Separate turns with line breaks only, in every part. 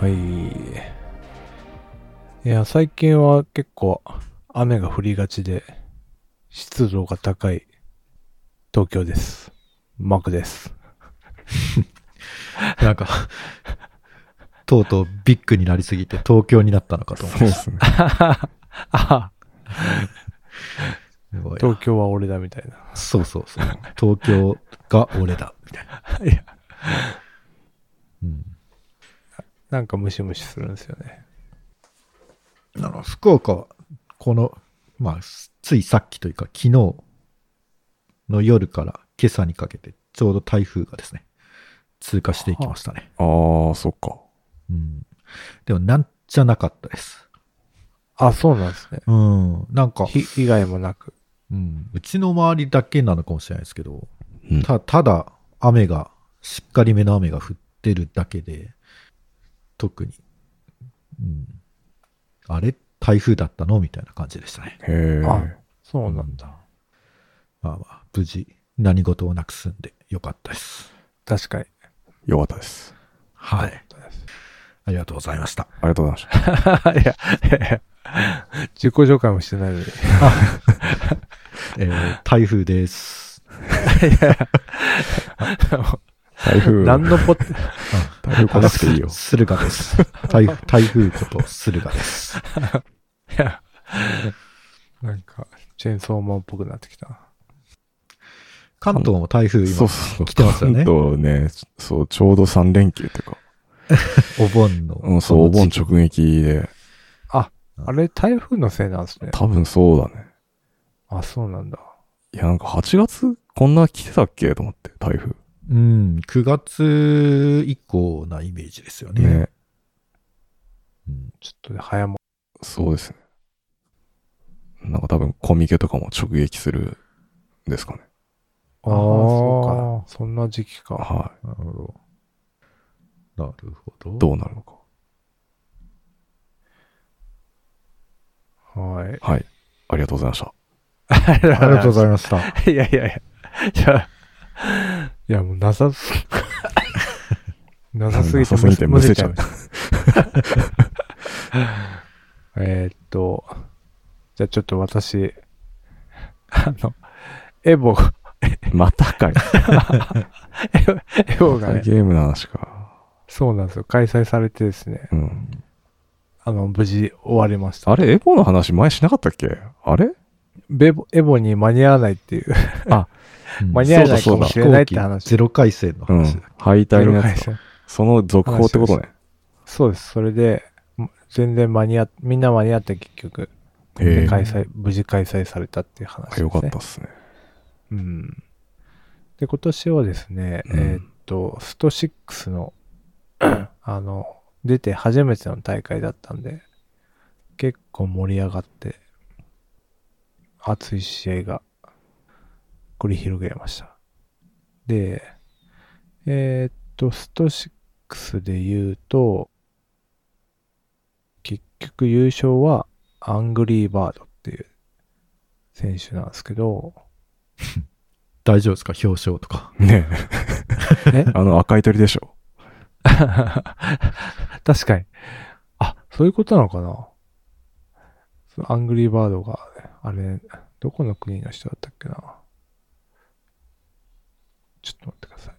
はい。いや、最近は結構雨が降りがちで、湿度が高い東京です。マクです。
なんか、とうとうビッグになりすぎて東京になったのかと思
そうで すね。
あ
う。すごい
東京は俺だみたいな。
なそうそうそう。東京が俺だ、みたいな。
いや、
うん。
なんかムシムシするんですよね。
あの、福岡は、この、まあ、ついさっきというか、昨日の夜から今朝にかけて、ちょうど台風がですね、通過していきましたね。
ああ、そっか。
うん。でも、なんじゃなかったです。
あ、そうなんですね。
うん。なんか、
ひ被害もなく。
うん、うちの周りだけなのかもしれないですけど、
うん
たただ雨がしっかりめの雨が降ってるだけで特に、うん、あれ台風だったのみたいな感じでしたね
へえ。
あ、そうなんだ。
まあまあ無事何事もなく済んでよかったです
確かに。
よかったです。
はい
そうです
ありがとうございました
ありがとうございまし た。
いや、いやいや自己紹介もしてないのに。
えー台風です
台 風、
何
台
のポッ、
風来なくていいよ
あ。す駿河です台風台風こと駿河です
いやなんか、チェーンソーマンっぽくなってきたな。
関東も台風今
そうそう。
来てますよね
関東ね、そう、ちょうど3連休っていうか。
お盆の、
うん、そう、お盆直撃で。
あれ、台風のせいなんですね。
多分そうだね。
あ、そうなんだ。
いや、なんか8月、こんな来てたっけと思って、台風。
うん、9月以降なイメージですよね。
ね。
うん、
ちょっと早も。
そうですね。なんか多分コミケとかも直撃するんですかね。
ああ、そうか。そんな時期か。
は
なるほど。なるほど。
い。どうなるのか。
はい。
はい。ありがとうございました。
あり
ありがとうござ
い
いまし た。
ます。いやいやいや。いや、いやもうなさ す、なさすぎて
なさすぎてむせちゃう
むせちゃいました。 えーっと、じゃあちょっと私、あの、エボ、
またかい。
エボがね、
ゲームの話か。
そうなんですよ。開催されてですね、
うん。
あの、無事終わりました。
あれエボの話前しなかったっけあれ
ベボエボに間に合わないっていう、間に合わないかもしれないって話
ゼロ回線の
うん
話。。
敗退のや
回
つだ。
線
その続報ってことね。
そうです。それで、も全然間に合っ、みんな間に合って結局、
へえ
で開催、無事開催されたっていう話です、
あ
ね。
よかったっすね。
うん。で、今年はですね、
うん
えーっと、スト6の、 あの、出て初めての大会だったんで、結構盛り上がって、熱い試合が繰り広げられました。で、えーっと、スト6で言うと、結局優勝はアングリーバードっていう選手なんですけど、
大丈夫ですか表彰とか。
ねえ
え
あの赤い鳥でしょ。
確かに。あ、そういうことなのかなそのアングリーバードが、あれ、どこの国の人だったっけなちょっと待ってください。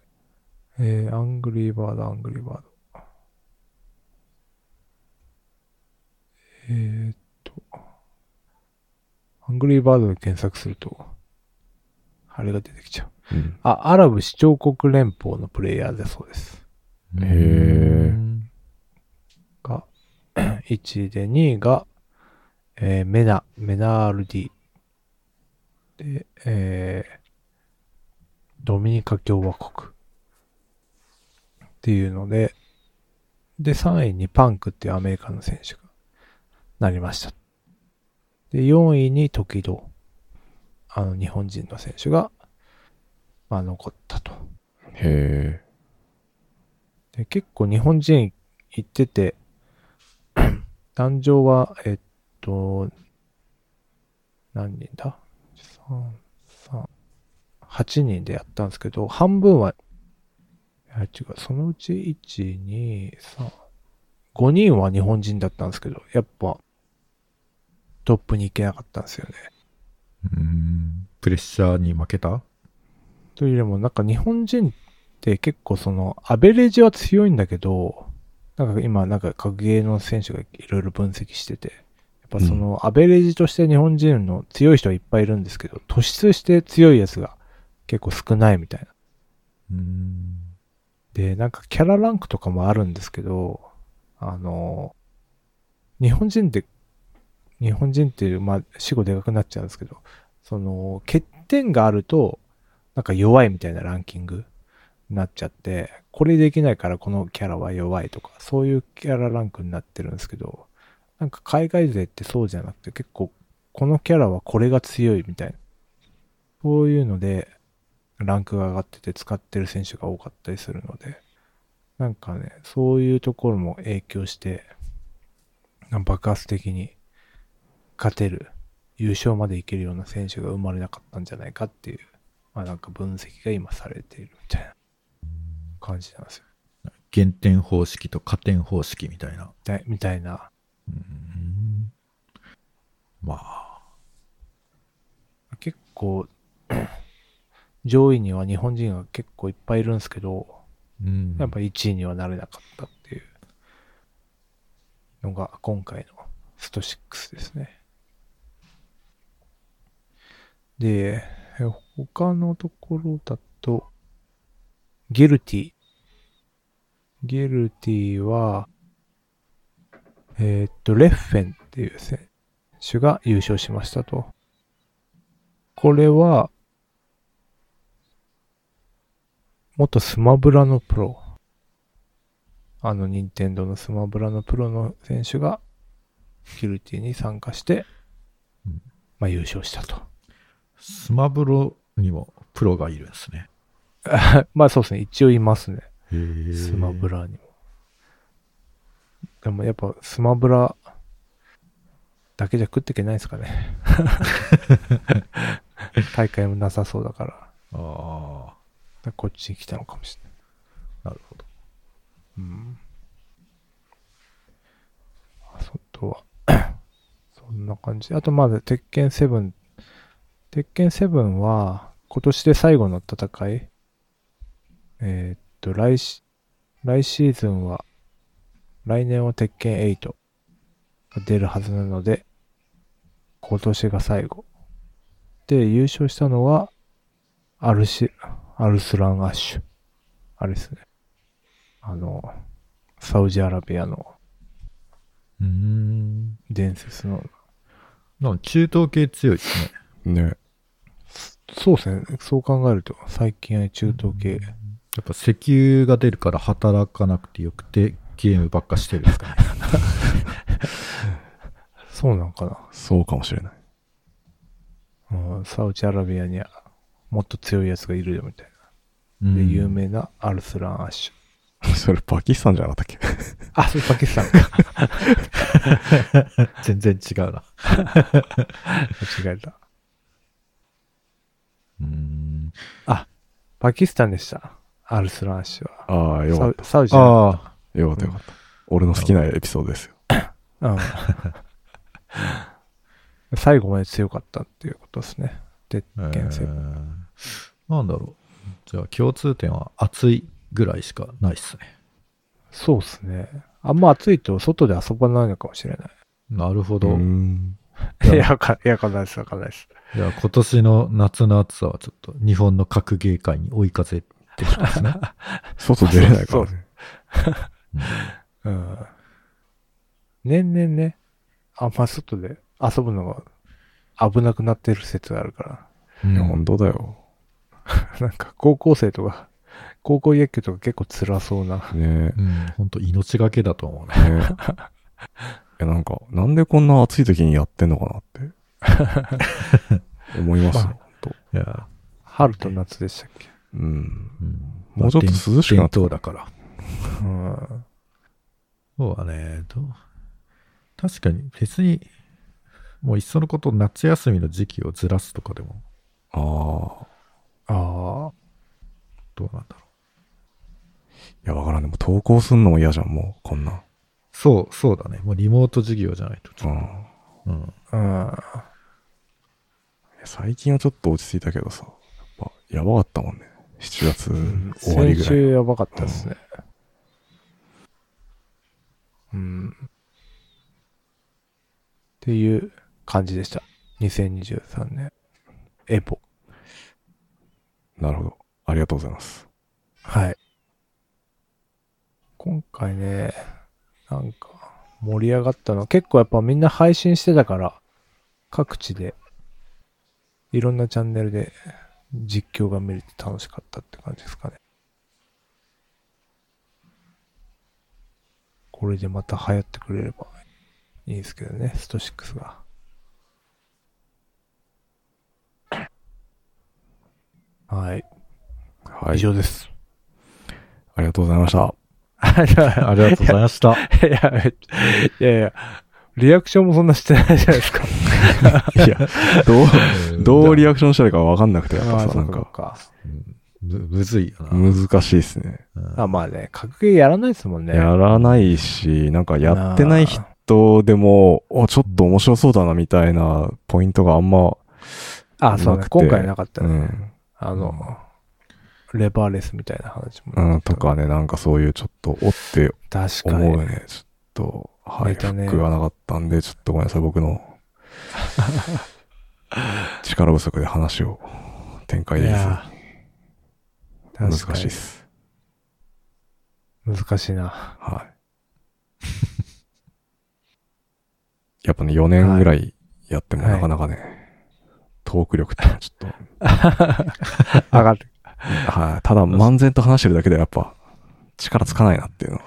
えー、アングリーバード、アングリーバード。えー、っと、アングリーバードで検索すると、あれが出てきちゃう。
うん。
あ、アラブ首長国連邦のプレイヤーだそうです。
へえ
が 1位で、2位が、えーメナ、メナールディ。で、えードミニカ共和国。っていうので、で、3位にパンクっていうアメリカの選手がなりました。で、4位に時戸。あの、日本人の選手が、まあ、残ったと。
へ
で結構日本人行ってて、 誕生は、えっと、何人だ ?3、3、8人でやったんですけど、半分は、あ違う、そのうち1、2、3、 5人は日本人だったんですけど、やっぱ、トップに行けなかったんですよね。
うーんプレッシャーに負けた
というよりも、なんか日本人って結構その、アベレージは強いんだけど、なんか今、なんか格ゲーの選手がいろいろ分析してて、やっぱその、アベレージとして日本人の強い人はいっぱいいるんですけど、突出して強いやつが結構少ないみたいな。
うーん
で、なんかキャラランクとかもあるんですけど、あの、日本人って、日本人っていう、まあ、死後でかくなっちゃうんですけど、その、欠点があると、なんか弱いみたいなランキングになっちゃって、これできないからこのキャラは弱いとか、そういうキャラランクになってるんですけど、なんか海外勢ってそうじゃなくて結構、このキャラはこれが強いみたいな。そういうので、ランクが上がってて使ってる選手が多かったりするので、なんかね、そういうところも影響して、爆発的に勝てる、優勝までいけるような選手が生まれなかったんじゃないかっていう、まあなんか分析が今されているみたいな感じなんですよ。
減点方式と加点方式みたいな
だみたいな。
うんまあ
結構、 上位には日本人が結構いっぱいいるんですけど、
うん
やっぱ1位にはなれなかったっていうのが今回のスト6ですね。で、え他のところだと、ゲルティ。ゲルティは、えーっと、レッフェンっていう選手が優勝しましたと。これは、元スマブラのプロ。あの、任天堂のスマブラのプロの選手が、キルティに参加して
うん、
まあ優勝したと。
スマブロにもプロがいるんですね
まあそうですね、一応いますね。スマブ
ラ
ラにも。でもやっぱスマブラだけじゃ食ってけないです かね。大会もなさそうだから、だか
ああ
らこっちに来たのかもしれない。
なるほど
うん。あ外は、 そんな感じ。あと、まず、鉄拳セブン。鉄拳セブンは、今年で最後の戦い。えーっと、来し、来シーズンは、来年は鉄拳8が出るはずなので、今年が最後。で、優勝したのは、アルシ、アルスラン・アッシュ。あれですね。あの、サウジアラビアの
うーん
伝説の。
なんか中東系強いですね
ね。
そうですね。そう考えると、最近は中東系。
やっぱ石油が出るから働かなくてよくてゲームばっかしてるんですかね
そうなんか
そうかもしれない。
な。うん、サウジアラビアにはもっと強いやつがいるよみたいな。で、
うん
有名なアルスラン・アッシ
それパキスタンじゃなかったっけ
ュ。あ、それパキスタンか。
全然違うな
間違えた。
うーん
パキスタンでした。アルスラン・アッシュは。
ああ、よ
サ
かっ
ウサウジア
ああ
た。よかったよかった。俺の好きなエピソードですよ。
ラビア。うん。 最後まで強かったっていうことですね。鉄
え
拳セブン。
ーなんだろう。じゃあ共通点は暑いぐらいしかないっすね。
そうですね。あんま暑いと外で遊ばないのかもしれない。
なるほ
う
ど。
ーん
いや
いや、わかいやわかんないです、わかんないです。
いや今年の夏の暑さはちょっと日本の格ゲー界に追い風ってことですね。
外出れないから
そ
ね。
うん
うん。年々ね、あんま外で遊ぶのが危なくなってる説があるか
いや、
うん
本当だよ。
ら、 なんか高校生とか、高校野球とか結構辛そうな。
ね
うん本当命がけだと思うね。
え。ねえ。いや、なんか、なんでこんな暑い時にやってんのかなって。思いますよ、
まあ
ほんと
いや、
春と夏でしたっけ
うん。
うん
もうちょっと涼しくなって
伝統だから。
うん。
そうだね。どう確かに別に、もういっそのこと夏休みの時期をずらすとかでも
ああ。
ああ、
どうなんだろ
いや、わからん。でも投稿すんのも嫌じゃん、もう、こんな。
そう、そうだね。もうリモート授業じゃないと。
うん。い
うん。
うん。
や最近はちょっと落ち着いたけどさ、やっぱやばかったもんね。7月終わ
先
りぐらい。
週やばかったですね。うん。っていう感じでした。2023年。エポ。
なるほど。ありがとうございます。
はい。今回ね、なんか盛り上がったのは結構やっぱみんな配信してたから、各地で、いろんなチャンネルで実況が見れて楽しかったって感じですかね。これでまた流行ってくれればいいですけどね、スト6が。はい、
は
以
い。
上です。
ありがとうござい ました。
ありがとうございました。
いや、めっちゃいやいや、リアクションもそんなしてないじゃないです か。
いや、どう、どうリアクションしたらいいかわかんなくて、やっ
あ
ぱ
あ
さ、
そ
な
うん
か、
か。
うんむむずいよな。
難しいですね。
うん
あ、まあね、格ゲーやらないですもんね。
やらないし、なんかやってない人でも、お、ちょっと面白そうだな、みたいなポイントがあんま、
ああ、そうね
な。くて
今回なかった
う
ね。
ん、
あの、レバーレスみたいな話も、
うん、とかね、なんかそういうちょっと、おって
確か
思う
に。
ね、ちょっと、はい、
ネタね
服がなかったんで、ちょっとごめんなさい、僕の、力不足で話を展開できず、
難
難
し
しい
い
で。す。
難しいな。
はい。やっぱね、4年ぐらいやっても
はい
なかなかね、トーク力ってのはちょっと、
上が って。
はい。ただ、漫然と話してるだけでやっぱ、力つかないなっていうのは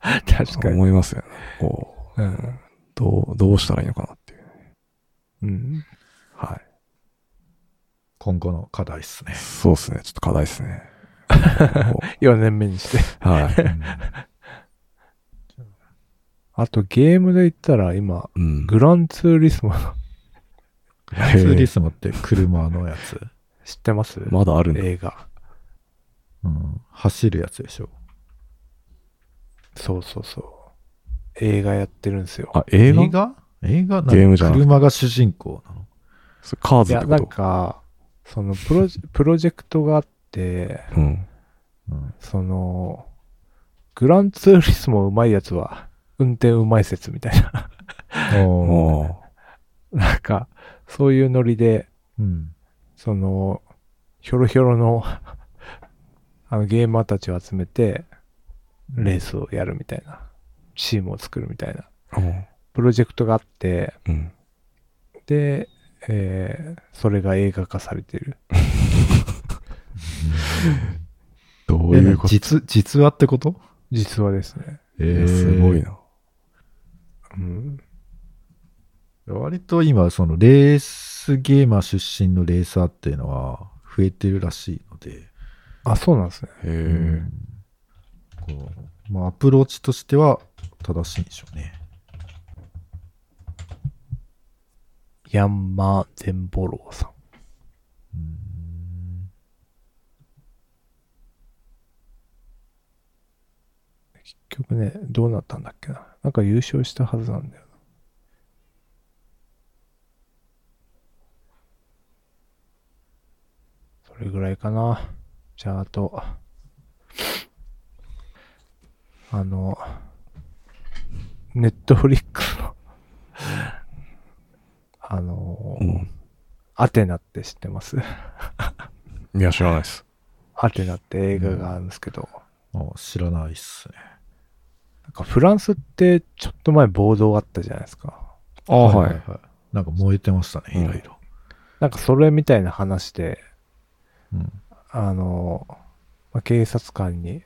確かに。
思いますよね。こう、
うん。
どう、どうしたらいいのかなっていう。
うん。
は
今後の課題っすね
い。。そうですね。ちょっと課題ですね。こ
4年目にして。
うはい。
あとゲームで言ったら今、
うん。
グランツーリスモ
ツーリスモって車のやつ。
知ってます
まだあるんだ。
映画。
うん。走るやつでしょ。
そうそうそう。映画やってるんですよ。
あ、映画
画映画
ゲームじゃなくて
車が主人公なの
それカー
い
ズっ
や、
てこ
なん
と
か、そのプロジ、プロジェクトがあって、
うん。
うん。
その、グランツーリスモうまいやつは、運転うまい説みたいな。
おー
おー
なんか、そういうノリで、
うん。
その、ひょろひょろの、あの、ゲーマーたちを集めて、レースをやるみたいな、チームを作るみたいな、
うん
プロジェクトがあって、
うん。
で、えーそれが映画化されてる。
どう
え
いうこと
実、実話ってこと
実話ですね。
え
いやすごいな。
うん。
割と今、そのレースゲーマー出身のレーサーっていうのは増えてるらしいので、
あ、そうなんですね。
へ
う
え
ん。こう、まあアプローチとしては正しいんでしょうね。
ヤンマーゼンボローさん。
うん
結局ね、どうなったんだっけな。なんか優勝したはずなんだよな。それぐらいかな。じゃあ、あと、あの、ネットフリックスの、あの、
う
アテナって知ってます
ん。いや、知らないです。
アテナって映画があるんですけど、
あ知らないっすね。
なんかフランスってちょっと前暴動あったじゃないですか。
あ
はい。はい。なんか燃えてましたね、
うん
いろいろ。
なんかそれみたいな話で、
うん。
あの、まあ警察官に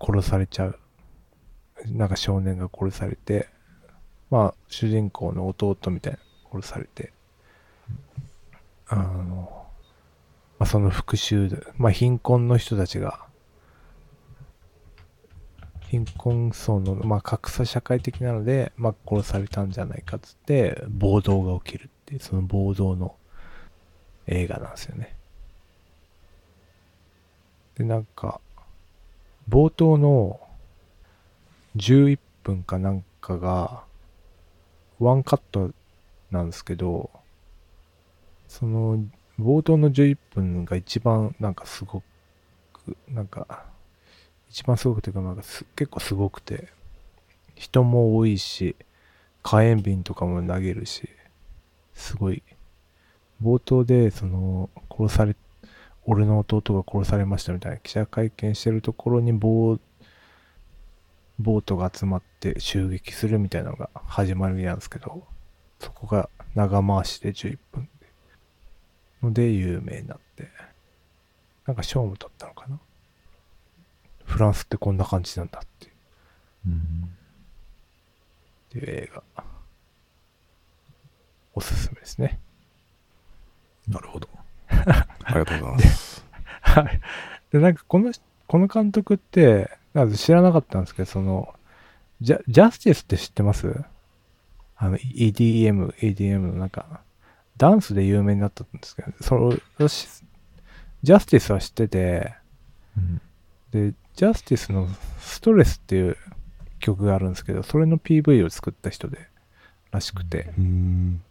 殺されちゃう。なんか少年が殺されて、まあ主人公の弟みたいな殺されて、あの、まあ、その復讐で、まあ貧困の人たちが、貧困層の、まあ、格差社会的なので、まあ、殺されたんじゃないかっつって暴動が起きるっていうその暴動の映画なんですよね。で、なんか、冒頭の、 11分かなんかが、ワンカットなんですけど、その、冒頭の11分が一番なんかすごく、なんか、一番すごくていうか、なんかす結構すごくて、人も多いし、火炎瓶とかも投げるし、すごい、冒頭で、その、殺され、俺の弟が殺されましたみたいな記者会見してるところに棒、ボートが集まって襲撃するみたいなのが始まりなんですけど、そこが長回しで11分で、ので有名になって、なんか賞も取ったのかな。フランスってこんな感じなんだっていう
うん
っていう映画。おすすめですね。
なるほど。
ありがとうございます。
はい。で、なんかこの、この監督って、なんか知らなかったんですけど、その、ジャジャスティスって知ってますあの、E- EDM、EDM のなんか、ダンスで有名になったんですけど、その、私、ジャスティスは知ってて、
うん
で、ジャスティスのストレスっていう曲があるんですけど、それの PV を作った人で、らしくて、
うーん。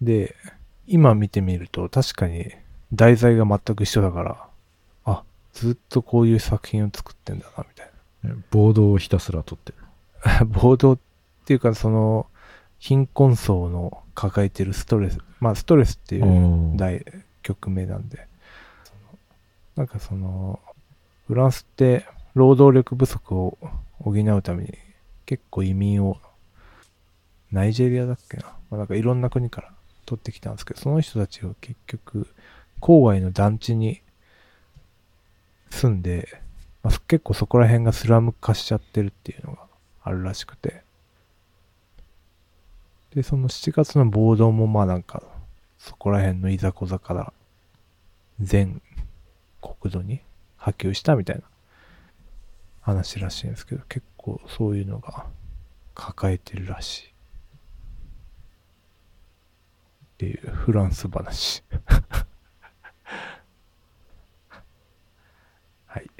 で、今見てみると確かに題材が全く一緒だから、あ、ずっとこういう作品を作ってんだな、みたい
え暴動をひたすら取ってる。
な。 暴動っていうか、その、貧困層の抱えてるストレス、まあ、ストレスっていう
おー
題、曲名なんで、そのなんかその、フランスって労働力不足を補うために結構移民を、ナイジェリアだっけな、まあ、なんかいろんな国から取ってきたんですけど、その人たちを結局、郊外の団地に住んで、まあ、そ結構そこら辺がスラム化しちゃってるっていうのがあるらしくて。で、その7月の暴動もまあなんか、そこら辺のいざこざから全国土に波及したみたいな話らしいんですけど、結構そういうのが抱えてるらしい。っていうフランス話。 はい。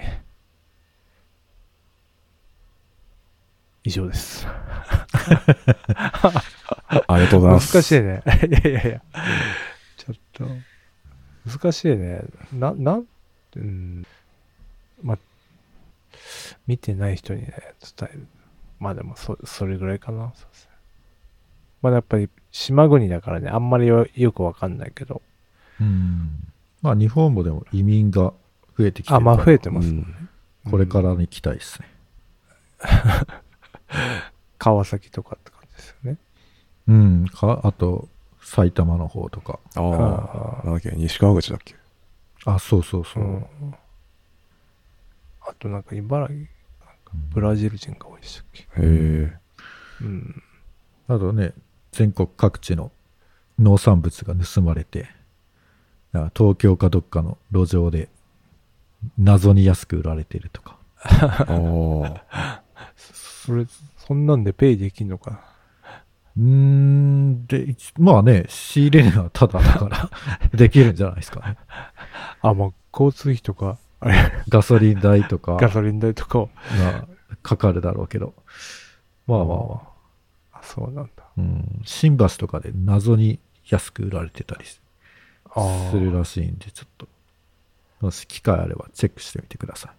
以上です。
ありがとうご
難
ざいます。
しいね。 いやいやいや。ちょっと、難しいね。な、なん、うん。ま、見てない人にね、伝える。まあでも、そ、それぐらいかな。そうですねまあやっぱり、島国だからね、あんまりよよくわかんないけど。
うんまあ日本もでも移民が増えてきてる
あ、
から
まあ増えてます。
うん
これからに期待ですね。
川崎とかって感じですよね。
うん。か、あと、埼玉の方とか。
ああ。なんだっけ、西川口だっけ。
あ、そうそう
う
そう。
ん。あとなんか茨城、ブラジル人が多いでしたっけ。
へえ。
うん。
あとね、全国各地の農産物が盗まれて、なんか東京かどっかの路上で謎に安く売られてるとか。
ああ。
それ、そんなんでペイできんのかな。
うーん、で、一まあね、仕入れるのはただだから できるんじゃないですかね。
あ、まあ、交通費とか、あれ、
ガソリン代とか
ガソリン代とかを。
がかかるだろうけど。まあまあまあ。
あ、そうなんだ。
うん、新橋とかで謎に安く売られてたりす
あー
するらしいんで、ちょっと、もし機会あればチェックしてみてください。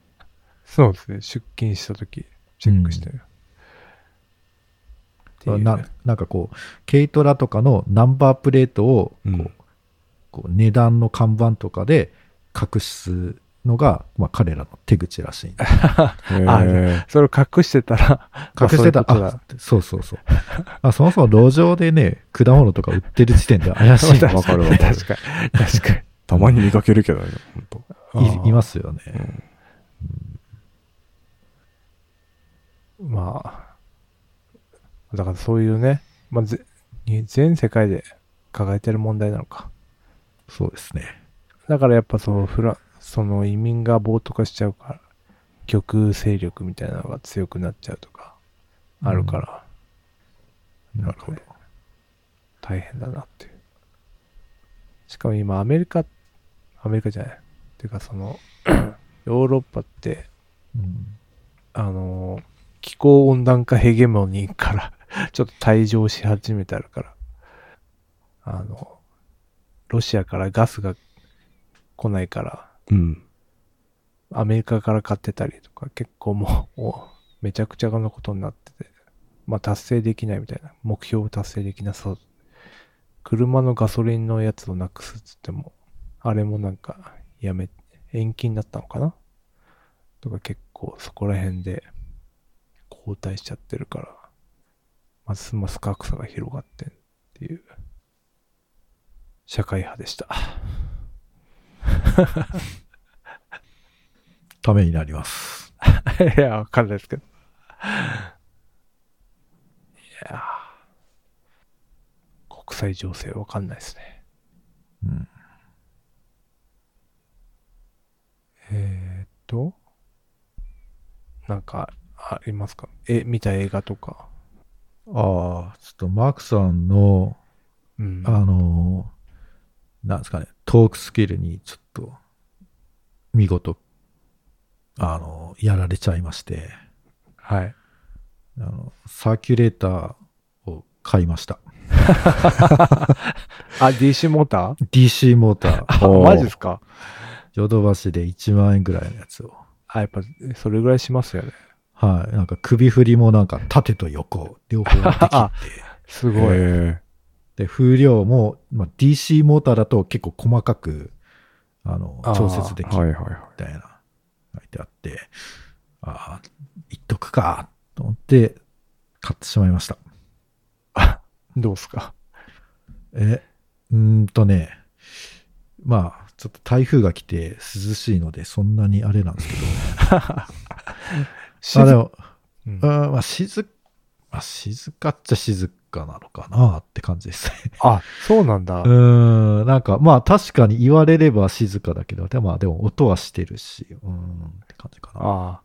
そうですね。出勤したとき、チェックしてる。っていうね
ななんかこう、軽トラとかのナンバープレートをこう、
うん
こう値段の看板とかで隠すのが、まあ、彼らの手口らしいんで。
へ
あ
え。
それを隠してたら、
隠してた、
まあそういうこ
あ、そうそうそう。あそもそも路上でね、果物とか売ってる時点で 怪しい
わかるわ
と
か
だ
る。
確かに。確かに。
たまに見かけるけどね、ほんと。
あー
いいますよね。
まあ、だからそういうね、まあ、ぜに全世界で抱えてる問題なのか。
そうですね。
だからやっぱそのフラン、その移民が暴徒化しちゃうから、極右勢力みたいなのが強くなっちゃうとか、あるから、
なるほど。
大変だなっていう。しかも今アメリカ、アメリカじゃない。 っていうかその、ヨーロッパって、
うん
あのー気候温暖化ヘゲモニーから ちょっと退場し始めてあるから、あの、ロシアからガスが来ないから、
うん。
アメリカから買ってたりとか、結構もう、 おめちゃくちゃなことになってて、まあ達成できないみたいな、目標を達成できなそう。車のガソリンのやつをなくすっつっても、あれもなんか、やめ、延期になったのかなとか結構そこら辺で後退しちゃってるから、ますます格差が広がってんっていう、社会派でした。
ためになります。
いや、わかんないですけど。いやー国際情勢わかんないですね。
うん、
えー、っと、なんかありますかえ、見た映画とか。
ああ、ちょっとマークさんの、
うん。
あのーなんですかね、トークスキルにちょっと、見事、あのーやられちゃいまして、
はい。
あの、サーキュレーターを買いました。
あ、DC モータ
DC モーター、
ーマジですか
ヨドバシで1万円ぐらいのやつを。
あ、やっぱ、それぐらいします よね。
はい。なんか首振りもなんか縦と横、両方できて
あすごい。
え
で、風量も、まあ、DC モーターだと結構細かく、あの
あ、ー
調節で
ー
きる
はい
み
はいはい。
たいな、書いてあって、ああ、言っとくか、と思って買ってしまいました。
どうですか
え、うーんとね、まあ、ちょっと台風が来て涼しいので、そんなにあれなんですけど、あでも、
うん
うんまあ、静、まあ、静かっちゃ静かなのかなって感じ ですね。
あ、そうなんだ。
うーん、なんか、まあ確かに言われれば静かだけど、でも、でも音はしてるし、うーんって感じかな。
あ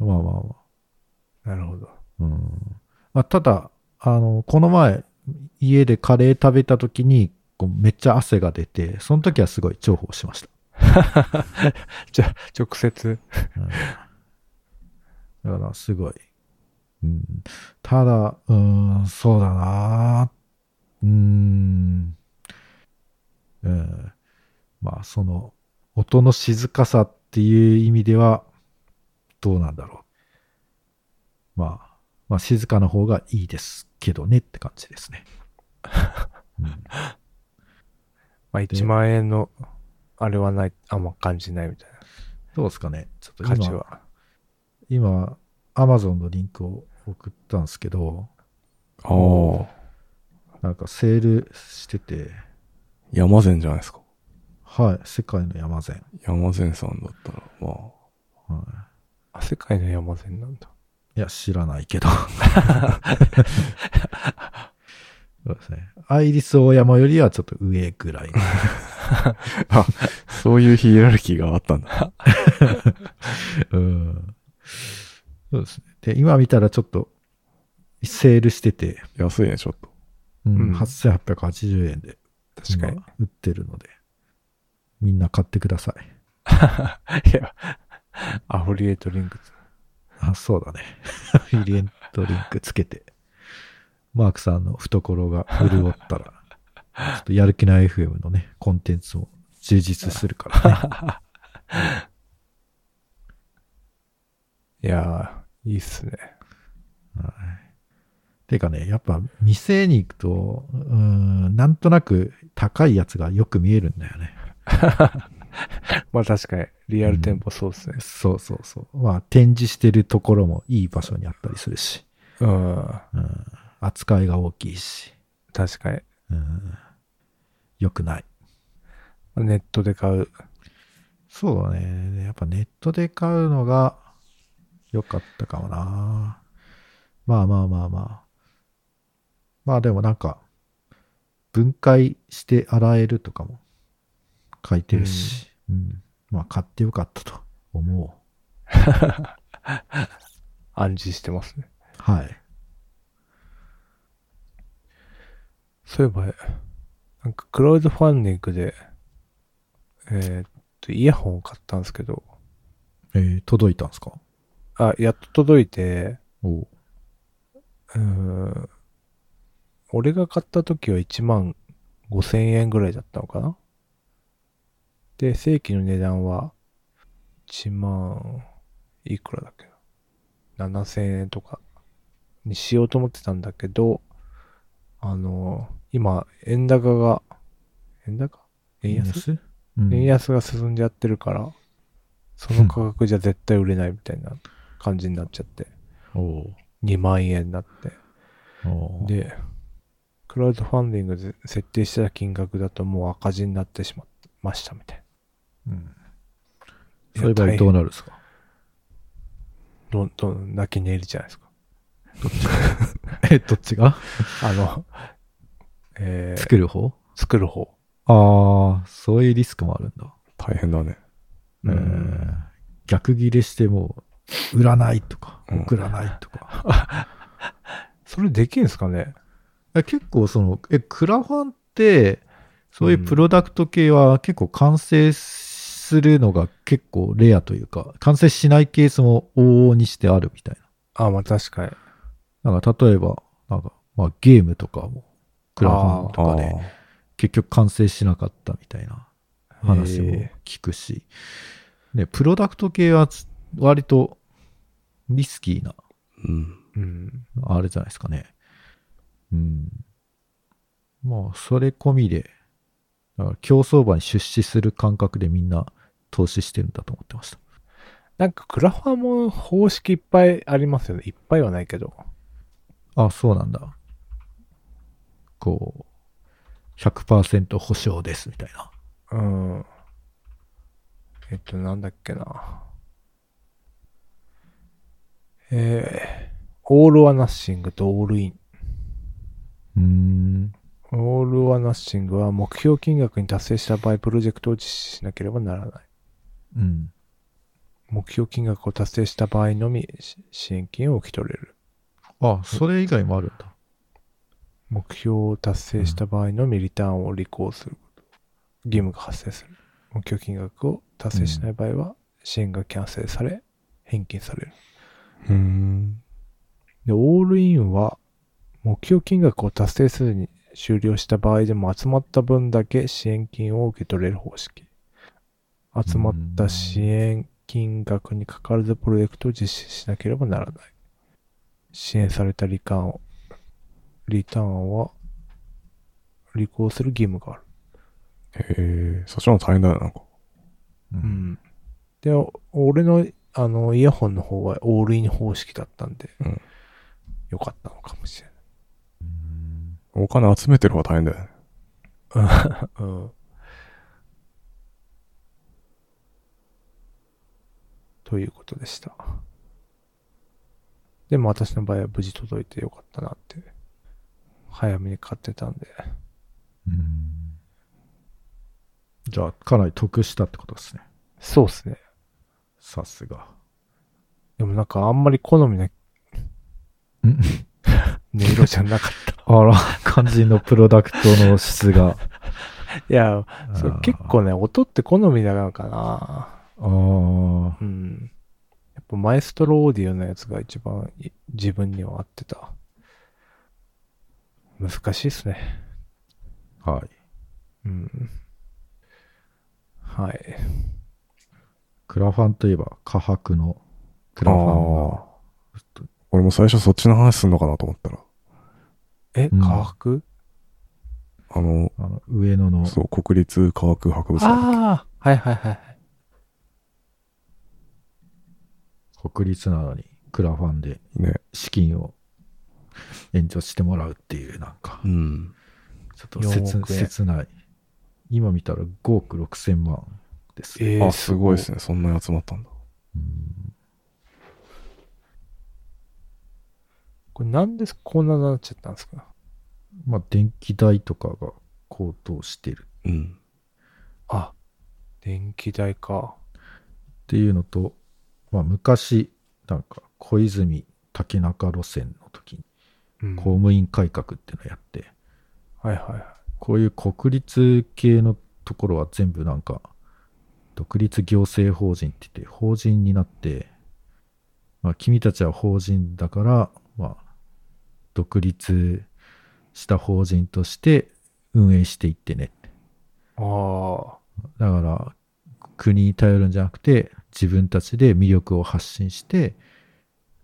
まあまあまあ。
あ、なるほど。
うん。まあただ、あの、この前、家でカレー食べた時に、こうめっちゃ汗が出て、その時はすごい重宝しました。
じゃ、直接。
だからすごい。うん、ただ、うーん、そうだなうーん。うん。まあ、その、音の静かさっていう意味では、どうなんだろう。まあ、まあ、静かな方がいいですけどねって感じですね。うん
まあ、1万円の、あれはない、あんま感じないみたい
どうですかねちょっと
な。価値
今
は。
今、アマゾンのリンクを送ったんですけど、
ああ、
なんかセールしてて、
山善じゃないですか。
はい、世界の山善。
山善さんだったら、まあ、
は
あ世界の山線なんだ。
い、いや、知らないけど。そうですね。アイリス大山よりはちょっと上ぐらい。
そういうヒエラルキーがあったんだ。
うん。そうですね。で、今見たらちょっと、セールしてて、
安いね、ちょっと。
うん
うん
8880円で、
確かに。
今売ってるので、みんな買ってください。
いや、アフリエイトリンク。
あ、そうだね。 アフィリエントリンクつけて、マークさんの懐が潤ったら、ちょっとやる気ない FM のね、コンテンツも充実するからね。
いやー、いいっすね。
てかね、やっぱ店に行くと、うーん、なんとなく高いやつがよく見えるんだよね。
まあ確かに、リアル店舗そうっすね。
そうそうそう。まあ展示してるところもいい場所にあったりするし、
うん、
うん、扱いが大きいし、
確かに。
うん、よくない。
ネットで買う。
そうだね。やっぱネットで買うのが良かったかもな。まあまあまあまあ。まあでもなんか、分解して洗えるとかも書いてるし、うんまあ買ってよかったと思う。
暗示してますね。
はい。
そういえば、なんかクラウドファンディングで、えーっと、イヤホンを買ったんですけど、
えー、届いたんですか
あ、やっと届いて、
おう
うーん、俺が買った時は1万5千円ぐらいだったのかなで、正規の値段は1万いくらだっけな ?7 千円とかにしようと思ってたんだけど、あの、今、円高が、円高円安
うん
円安が進んじゃってるから、その価格じゃ絶対売れないみたいな感じになっちゃって、
おう
2万円になって。
おう
で、クラウドファンディングで設定した金額だともう赤字になってしまってましたみたい
うん
な。
そういう場合どうなるんですか
どんどん泣き寝入りじゃないですか。
え、どっちが
あの、 えー
作る方
作る方。
ああ、そういうリスクもあるんだ。
大変だね。
うん
うん逆切れしてもう、売らないとか、
うん
送らないとか。
それできんすかね
え結構その、え、クラファンって、そういううんプロダクト系は結構完成するのが結構レアというか、完成しないケースも往々にしてあるみたい
あ、まあ確かに。
な。なんか例えば、なんか、まあゲームとかも、クラファンとかで、結局完成しなかったみたいな。話も
え
聞くし、ね、プロダクト系はつ割とリスキーな、
あーうん。
ーうん。
あれじゃないですかね。うん。まあ、それ込みで、だから競争場に出資する感覚でみんな投資してるんだと思ってました。
なんかクラファンも方式いっぱいありますよね。いっぱいはないけど。
あ、そうなんだ。こう、100%保証ですみたいな。
うん。えっと、なんだっけな。えー、オール・ア・ナッシングとオール・イン。
うーん。
オール・ア・ナッシングは目標金額に達成した場合、プロジェクトを実施しなければならない。
うん。
目標金額を達成した場合のみし支援金を受け取れる。
あ、それ以外もあるんだ。
目標を達成した場合のみリターンを履行すること。義務が発生する。目標金額を達成しない場合は、支援がキャンセルされ、返金される。
うん。
で、オールインは、目標金額を達成せずに終了した場合でも集まった分だけ支援金を受け取れる方式。集まった支援金額にかかわらずプロジェクトを実施しなければならない。支援されたリターンを、リターンは、履行する義務がある。
へえ、そっちの方が大変だよ、なんか。
う
う。ん。で、お俺の、あの、イヤホンの方はオールイン方式だったんで、
うん
よかったのかもしれない。
お金集めてる方が大変だよね。
うんということでした。でも私の場合は無事届いてよかったなって。早めに買ってたんで。
うんじゃあ、かなり得したってことですね。
そうっすね。
さすが。
でもなんかあんまり好みな音色じゃなかっ
あら、肝心のプロダクトの質が。
た。 いや、それ
あー
結。構ね、音って好みだからかな。
あ
うん。やっぱマエストロオーディオのやつが一番い自分には合ってた。難しいっすね。
あ、はい。
うんはい。
クラファンといえば、科博のクラファンが。
俺も最初そっちの話すんのかなと思ったら、
え、
うん
科学
あの、
あの上野の、
そう、国立科学博物館。
ああ、はいはいはいはい。
国立なのに、クラファンで
ね。
資金を援助してもらうっていう、なんか、
ん。
ちょっと
4
切
億円
切ない。今見たら5億6千万です。
えー
あ、すごいですね。そんなに集まったんだ。
うん
これなんでこんなになっちゃったんですか
まあ、電気代とかが高騰してる
うん。
あ、電気代か。
っていうのと、まあ、昔なんか小泉竹中路線の時に
うん
公務員改革っていうのをやって、
はいはいはい。
こういう国立系のところは全部なんか独立行政法人って言って法人になってまあ、君たちは法人だから、まあ、独立した法人として運営していってね。
ああ。
だから、国に頼るんじゃなくて、自分たちで魅力を発信して、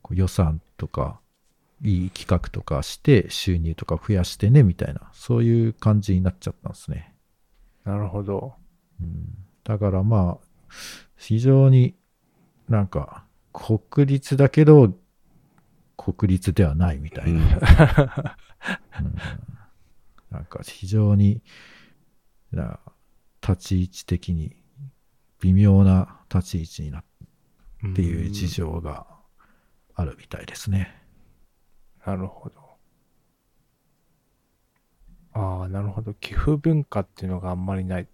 こう予算とか、いい企画とかして、収入とか増やしてね、みたいな、そういう感じになっちゃったんですね。
なるほど。
うんだからまあ、非常になんか、国立だけど、国立ではないみたいな。うんなんか非常に、な立ち位置的に、微妙な立ち位置になっ
って
いう事。情があるみたいですね。
なるほど。ああ、なるほど。寄付文化っていうのがあんまりない。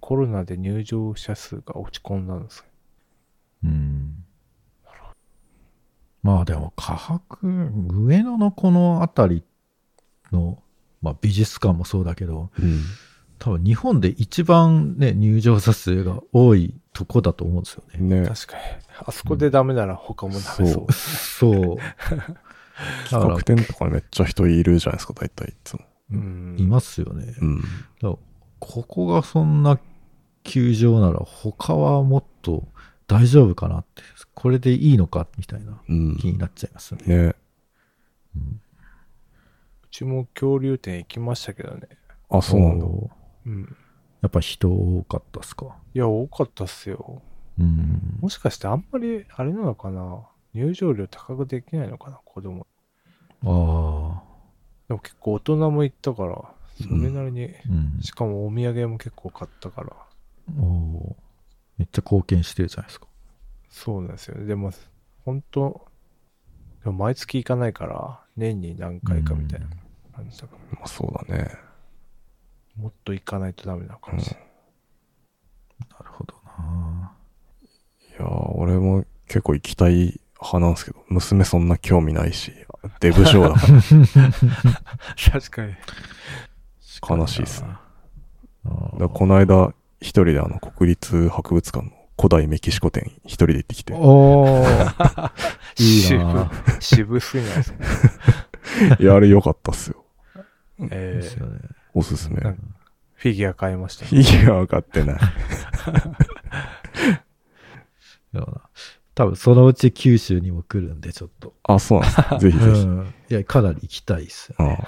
コロナで入場者数が落ち込んだんです
うん。まあでも、科博、上野のこの辺りの、まあ美術館もそうだけど、
うん。
多分日本で一番ね、入場者数が多いとこだと思うんですよね。
ね。
確かに。あそこでダメなら他もダメそう。
そう。 だから
企画、展とかめっちゃ人いるじゃないですか、大体いつも。
うん
いますよね。
うん。
だからここがそんな球場なら他はもっと大丈夫かなって、これでいいのかみたいな
うん。
気になっちゃいますよね。
ね。
うん
うちも恐竜展行きましたけどね。
あ、そうなんだ。
お
う
ー
ん。
やっぱ人多かったっすか。
いや、多かったっすよ。
うん。
もしかしてあんまり、あれなのかな入場料高くできないのかな子供。
ああ。
でも結構大人も行ったから、それなりに、
うん。
しかもお土産も結構買ったから。
おーめっちゃ貢献してるじゃないですか。
そうなんですよね。でも、本当でも毎月行かないから、年に何回かみたいな感じだから、
まあそうだね。
もっと行かないとダメなのかもしれない。
なるほどない
やー、俺も結構行きたい派なんですけど、娘そんな興味ないし、デブ賞だか
確かに。
ら悲しいっすね。
あー
だからこの間、一人であの、国立博物館の古代メキシコ展、一人で行ってきて、
おーいいな
渋、渋すぎないですか。
いや、あれ良かったっすよ。
え
です
ー
よね。
おすすめ。
なんかフィギュア買いました。
意味が分かってない。
だから多分そのうち九州にも来るんで、ちょっと。
あ、そうなんです。ぜひぜ
う
ひ。
ん、いや、かなり行きたいっすよ
うん
ね。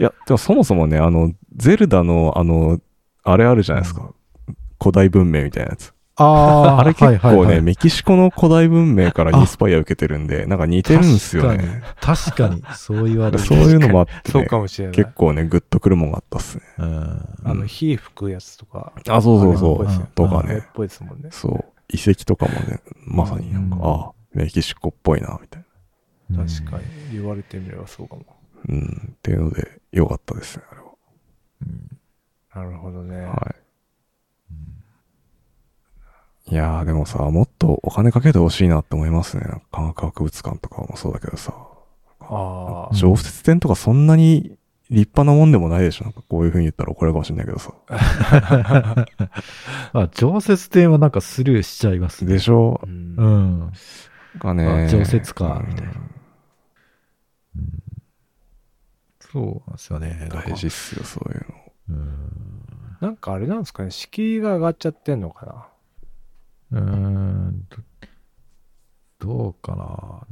いや、でもそもそもね、あの、ゼルダの、あの、あれあるじゃないですか。古代文明みたいなやつ。
あ
あれ結構ね、
はい
メキシコの古代文明からインスパイア受けてるんで、なんか似てるんですよね。
確かに、確かにそう言われる。
そういうのもあって、
そう
ね、
かもしれない
結。構ね、グッとくるもんがあったっすね。
うん
あの、火吹くやつとか、
あ、そうそう
あれっ
そ
ぽいっすよ
う
ね。
とか
あれっ
ね。
ぽいですもんね。
そう。遺跡とかもね、まさになんか、
うん
ああ、メキシコっぽいな、みたいな。
確かに。言われてみればそうかも。
うん。っていうので、良かったですね、あれ
なるほどね。
は。はい。いやー、でもさ、もっとお金かけてほしいなって思いますね。なんか科学博物館とかもそうだけどさ。
あ
常設展とかそんなに立派なもんでもないでしょ。なんかこういう風に言ったら怒られるかもしれないけどさ。
うん。あ、常設展はなんかスルーしちゃいますね。
でしょ
あ。うん
うん。
がね。
あ常設かみたいな
うん
そうなんですよね。
大事っすよ、そういうの。
うん。
なんかあれなんですかね、敷居が上がっちゃってんのかな。
うんどどうか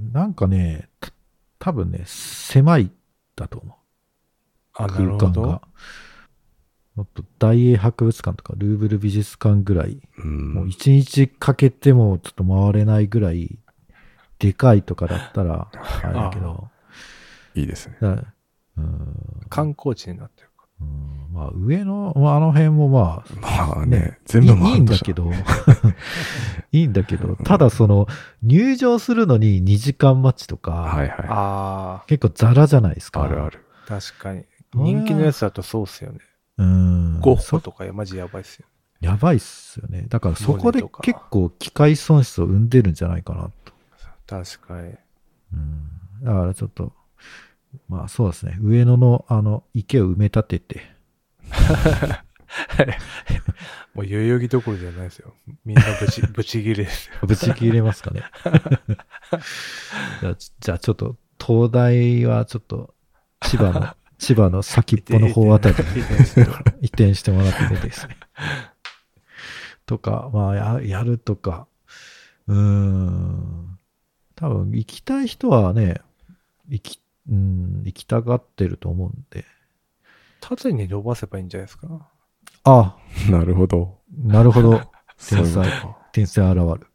な。なんかね、た多分ね、狭いだと思う。
あ、な
空
るほ
間
ど。
が。もっと大英博物館とかルーブル美術館ぐらい、
う。
もうん一日かけてもちょっと回れないぐらい、でかいとかだったら、あれだ けど、
いいですね。
だうん
観光地になってるか。
うんまあ上の、まああの辺もまあ、
まあ
ね
ね、全
い
部
いい
回
いん
ると
だ
した
け
ら。
ど、いいんだけど、ただその、入場するのに2時間待ちとか、
はいは
あ
結構ザラじゃないです
い。
か。
あるある。
あ、確かに。
うん
人気のやつだとそうっすよね。
うん。
ゴッホとかマジやばいっすよ。
やばいっすよね。だからそこで
モネとか
結構機械損失を生んでるんじゃないかなと。
確かに。
うん、だからちょっと、 まあそうですね。上野のあの池を埋め立てて、
もう代々木どころじゃないですよ。みんなぶち、ぶち切れですよ。
ぶち切れますか ね。じゃあ、ちじゃあちょっと、東大はちょっと、千葉 の、千葉の先っぽの方 あたりに
移転するから
移転してもらってですね。とか、まあや、やるとか、うーん。多分、行きたい人はね、行き、うん、行きたがってると思うんで。
縦に伸ばせばいいんじゃないですか。
あ、
なるほど。
なるほど。
そ
天
ういう
才、天才現る。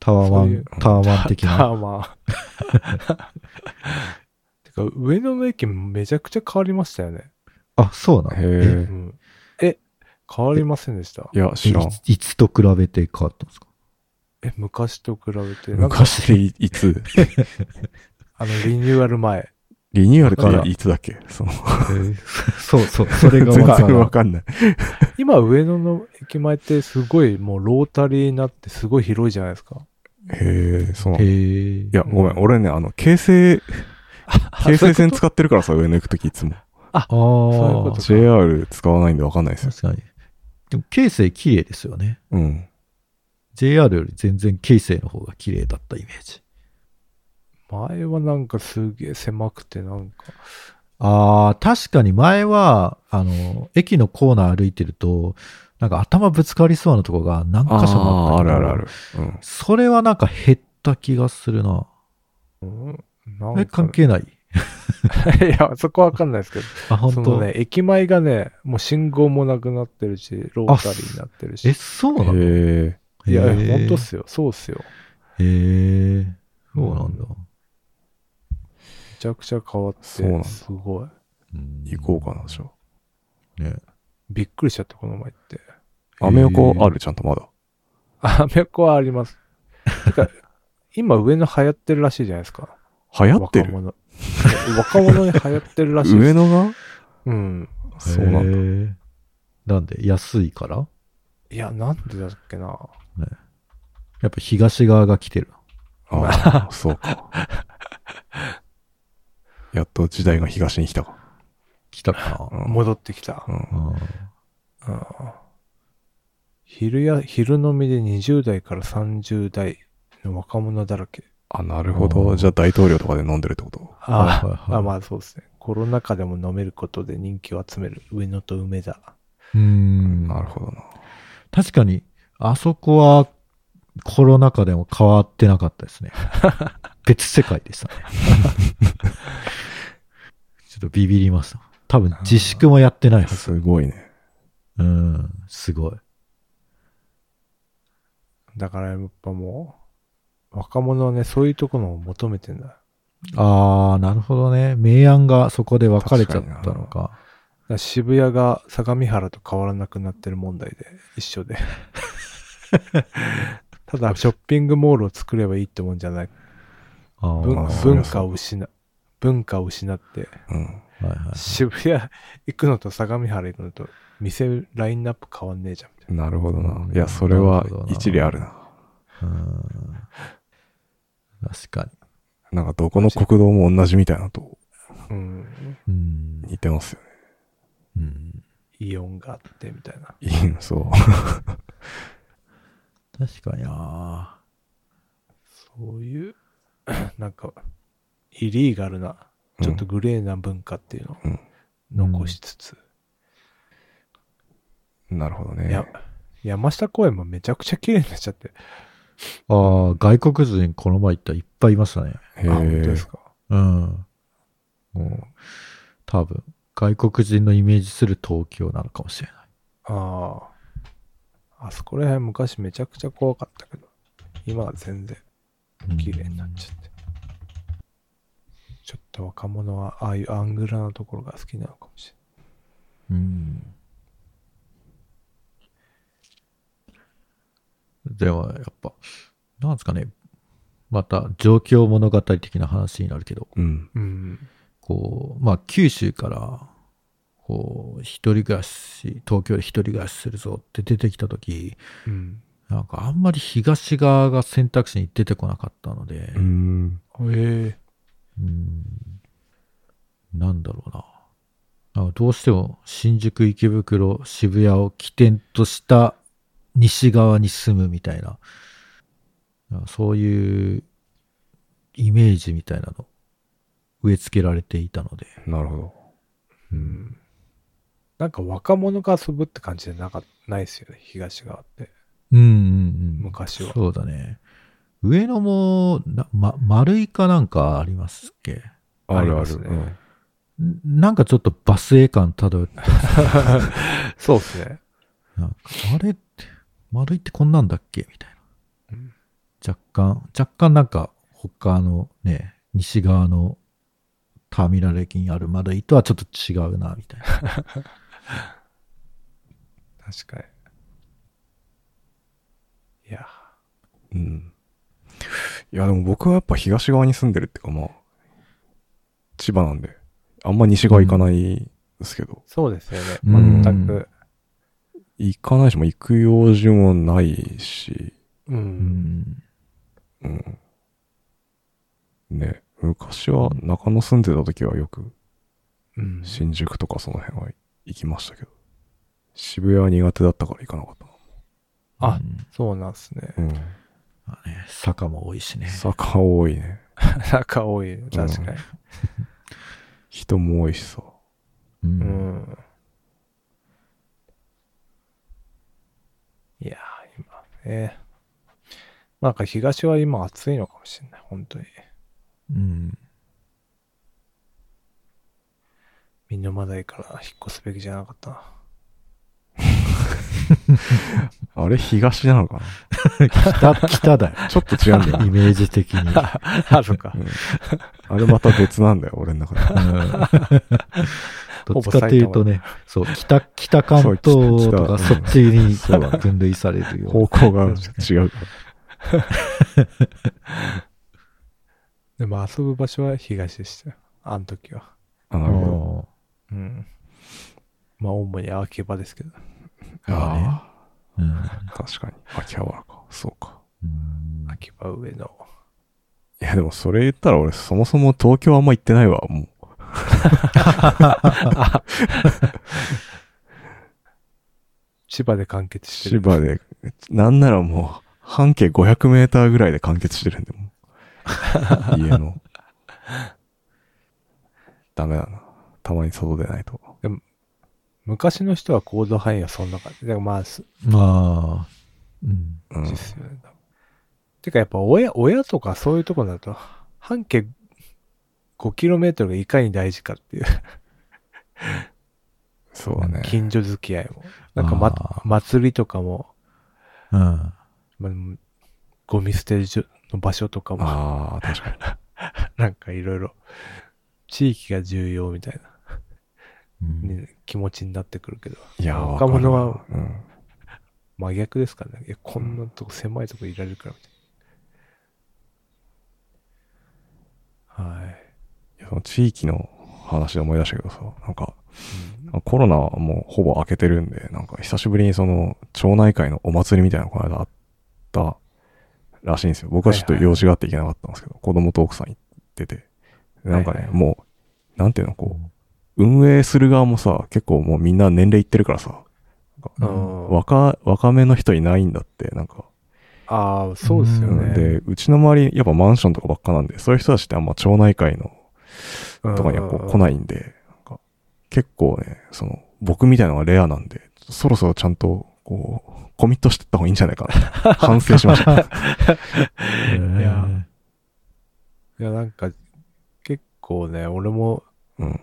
タワーマ
そうい
ン
う、
タワーマン的
タタ
な。
ワマ ン。てか、上野の駅めちゃくちゃ変わりましたよね。
あ、そうなの
へ
う
え。
ん、え、変わりませんでした
いや、知らん。
えいいつと比べて変わったんですか
え、昔と比べて、なんか、
昔でいいつ
あの、リニューアル前。
リニューアルからいつだっけその、
そうそう、それが
全
わか
然
ら
わ
ん
かんない。
今、上野の駅前ってすごいもうロータリーになってすごい広いじゃないですか。
へえ、そうなの
へ
い
え。
や、ごめん。俺ね、あの、京成、京成線使ってるからさ、上野行くときいつも。
ああ、
ういうことか
JR 使わないんでわかんないですよ。
確かに。でも、京成綺麗ですよね。
うん。
JR より全然京成の方が綺麗だったイメージ。
前はなんかすげえ狭くて、なんか、
ああ、確かに前は、あの、駅のコーナー歩いてると、なんか頭ぶつかりそうなとこが何箇所もあ
あ
ったけ
ーある
ど
あるある。うん。
それはなんか減った気がするな。
うん、なんか
え、関係な い
いや、そこはわかんないですけど。
あ、本
そ
当
のね、駅前がね、もう信号もなくなってるし、ロータリーになってる
え、
し。
そうなのへ
へえ。
え
いや、本当っすよ。そうっすよ。
へえ、そうなんだ。
めちゃくちゃ変わっ
そうなん
て、
だ
すごい。
行こうかな、じゃ
う。ね。
びっくりしちゃった、この前って。
あ。アメ横ある、ちゃんとまだ。
アメコはあります。てか、 今上野流行ってるらしいじゃないですか。
流行ってる
若者。 若者に流行ってるらしいです
上野が
うん。
そうなんだ。
んだ。なんで、安いから
いや、なんでだっけな。
やっぱ東側が来てる。
ああ、そうか。やっと時代が東に来たか。
来たか
うん
戻ってきた
う。ん
な。うん
うん昼や、昼飲みで20代から30代の若者だらけ。
あ、なるほ
う
ど。
ん
じゃあ大統領とかで飲んでるってこと
あ
はいはいはい
あ、まあそうですね。コロナ禍でも飲めることで人気を集める上野と梅田。
うーん
なるほどな。
確かに、あそこはコロナ禍でも変わってなかった ですね。別世界で したね。ちょっとビビりました。多分自粛もやってないはず。
すごいね。
うん、すごい。
だからやっぱもう、若者はね、そういうところを求めてんだ。だか
あー、なるほどね。明暗がそこで分かれちゃったの
確
か。
ら渋谷が相模原と変わらなくなってる問題で、一緒で。ただ、ショッピングモールを作ればいいってもんじゃない。
あー
文
まあそり
文
ゃそう
化を失、文化を失って、
うん。
はいはい
渋谷行くのと相模原行くのと、店ラインナップ変わんねえじゃん、みたい
なるほどな。いや、それは
なるほどな
一理あるな。
うん確か
なんかどこの国道も同じみたいなと
な。うん。
に。うん
似てますよね。
うん
イオンがあって、みたいな。
いい そう。
確かにな
そういう、 なんか、イリーガルな、ちょっとグレーな文化っていうの
うん
を残しつつ、
なるほど
いや
ね。、
山下公園もめちゃくちゃ綺麗になっちゃって。
あー外国人この前行ったらいっぱいいましたね。
へ
あ、本当
え
です。か。
うん。もう、多分、外国人のイメージする東京なのかもしれない。
ああ。あそこら辺昔めちゃくちゃ怖かったけど、今は全然綺麗になっちゃって。ちょっと若者はああいうアングラなところが好きなのかもし
うん。でも、やっぱ、なんですかね、また、状況物語的な話になるけど、
うん。
れない。うん。
こう、まあ、九州から、こう、一人暮らし、東京で一人暮らしするぞって出てきたとき、
うん。
なんかあんまり東側が選択肢に出てこなかったので、
うん。
ええ
うーんなんだろうな。あどうしても新宿、池袋、渋谷を起点とした西側に住むみたいな、あそういうイメージみたいなの植え付けられていたので、
なるほど。
うん。なんか若者が遊ぶって感じじゃなかないですよね、東側って。
うんうんうん。
昔は
そうだね。上野も、なま、丸いかなんかありますっけ
あ
あ
り
るあ
ま
る。
すね
うん
んなんかちょっとバス絵感漂って、
そうですね。
なんかあれ、丸いってこんなんだっけみたいな
うん。
若干、若干なんか他のね、西側のターミナル駅にある丸いとはちょっと違うな、みたいな。
確かに。いや、
うん。いや、でも僕はやっぱ東側に住んでるっていうか、まあ、千葉なんで、あんま西側行かないですけど、
そうですよね。
うん
全く。
行かないし、も行く用事もないし、
う。
うんん。
うん。ね、昔は中野住んでた時はよく
うん。
新宿とかその辺は行きましたけど、渋谷は苦手だったから行かなかった
あ
う、ん
そうなんですね。
な。
まあね、坂も多いし
う
ね
ん。。坂多いね。
仲多い。確かに。
人も多いしさ。
う。
うんん。いやー、今ね。なんか東は今暑いのかもしれない。本当に。
うん。
みんなまだいいから引っ越すべきじゃなかったな。
あれ東なのか
北、北だよ。
なちょっと違う んだよね
イメージ的に。
あ、そっか
う。んあれまた別なんだよ、俺の中で。
どっちかっていうとね、そう、北、北関東
そう
と
北
か
北
そっちに
そうだね
分類されるよう
方向が違うか
でも遊ぶ場所は東でしたよ。あの時は。
ら。あ
な。
なるほど。
う
あ
ん。まあ、主に秋葉ですけど。
あ
あうん
あ、確かに。秋葉原か。そうか。
うん
秋葉上の。
いや、でもそれ言ったら俺、そもそも東京あんま行ってないわ、もう。
千葉で完結して
千
る。
葉で、なんならもう、半径500メーターぐらいで完結してるんで、もう。家の。ダメだな。たまに外出ないと。
昔の人は行動範囲はそんな感じ。だからまあ、す
まあ、うん。
うん
で。すよね。てかやっぱ親、親とかそういうとこになると、半径 5km がいかに大事かっていう、
そうだね。
近所付き合いも。なんか、ま
あ、ー
祭りとかも、
うん。
まあゴミ捨て所の場所とかも、
ああ、確かに。
なんかいろいろ、地域が重要みたいな、
うん
ね気持ちになってくるけど、
いやー、
若者は
わかるなうん
真逆ですからね。いやこんなとこ、狭いとこいられるからみたいな。はい。
いやその地域の話で思い出したけどさ、なんか、コロナもほぼ明けてるんで、なんか久しぶりにその町内会のお祭りみたいなのこの間あったらしいんですよ。僕はちょっと
はいはい
用事があって行けなかったんですけど、子供と奥さん行ってて。でなんかね、
はいはい
もう、なんていうの、こう、運営する側もさ、結構もうみんな年齢いってるからさ、
う
なんか
ん
若、若めの人いないんだって、なんか、
ああ、そうですよ
うん
ね。
で、うちの周り、やっぱマンションとかばっかなんで、そういう人たちってあんま町内会の
うん
とかにはこう来ないんで、なんか結構ね、その、僕みたいなのがレアなんで、そろそろちゃんと、こう、コミットしてった方がいいんじゃないかな。 反省しました。
うん
いやいや、なんか、結構ね、俺も
うん。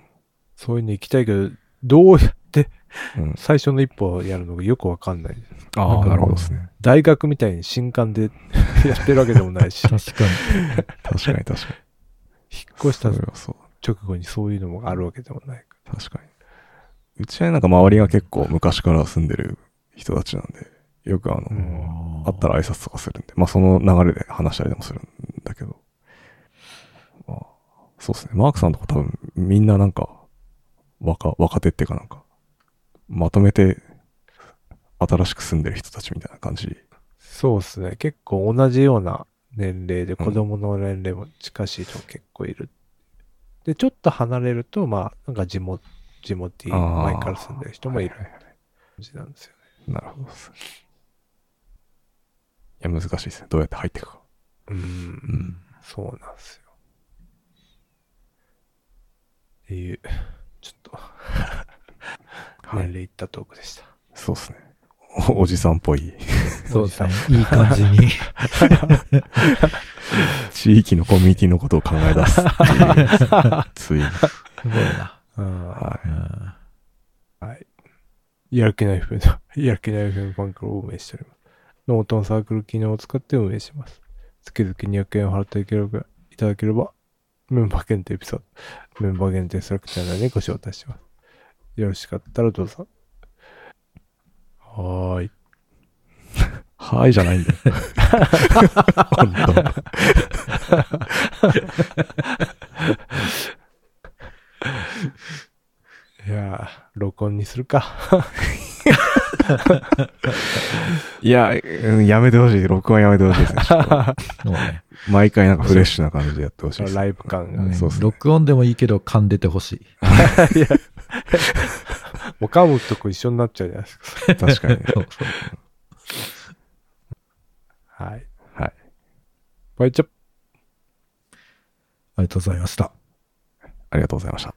そういうの行きたいけど、どうやって
うん。
最初の一歩をやるのかよくわかんない。
あ
ー
なるほどですね。
大学みたいに新刊で やってるわけでもない し、引っ
確か
確かに確かに。
越した
それはそう
直後にそういうのもあるわけでもないか
だ。確かに。うちはなんか周りが結構昔から住んでる人たちなんで、よくあの、
う
に。
ん
あったら挨拶とかするんで、まあその流れで話したりでもするんだけど。まあ、そうですね。マークさんとか多分みんななんか、若、若手っていうかなんか、まとめて新しく住んでる人たちみたいな感じ。
ら。そうですね。結構同じような年齢で、子供の年齢も近しい人も結構いる。で、ちょっと離れると、まあ、なんか地元、地元に
あー
前から住んでる人もいる
は
感
は
じなんですよね。
いなるほどっす。いや、難しいですね。どうやって入っていくか。
う、
うんん。
そうなんですよ。っていう、ちょっと、
はい
年齢いったトークでした。
そうですね。おおじさんっぽ い。
そうですね。いい感 じに。
地域のコミュニティのことを考え出すって いう。ついに。
すごいな。
うん
は
う
い。
ん
はい。やる気ない FM だ。やる気ない FM ファンクラブを運営しております。ノートのサークル機能を使って運営します。月々200円を払っていければ、いただければ、メンバー限定エピソード、メンバー限定スラックチャンネルにご招待します。よろしかったらどうぞ。はーい。
はいじゃないんだよ。本当。
いやー、録音にするか。
いや、うんやめてほしい。録音やめてほしいですね。ちょっと
もうね
毎回なんかフレッシュな感じでやってほし いです。
ライブ感が
う
ね。
ん
そうっすね
録音でもいいけど噛んでてほしい。
おかむとこ一緒になっちゃうじゃないですか。
確かにね。
そう
はい。
はい。
バイチャップ
ありがとうございました。
ありがとうございました。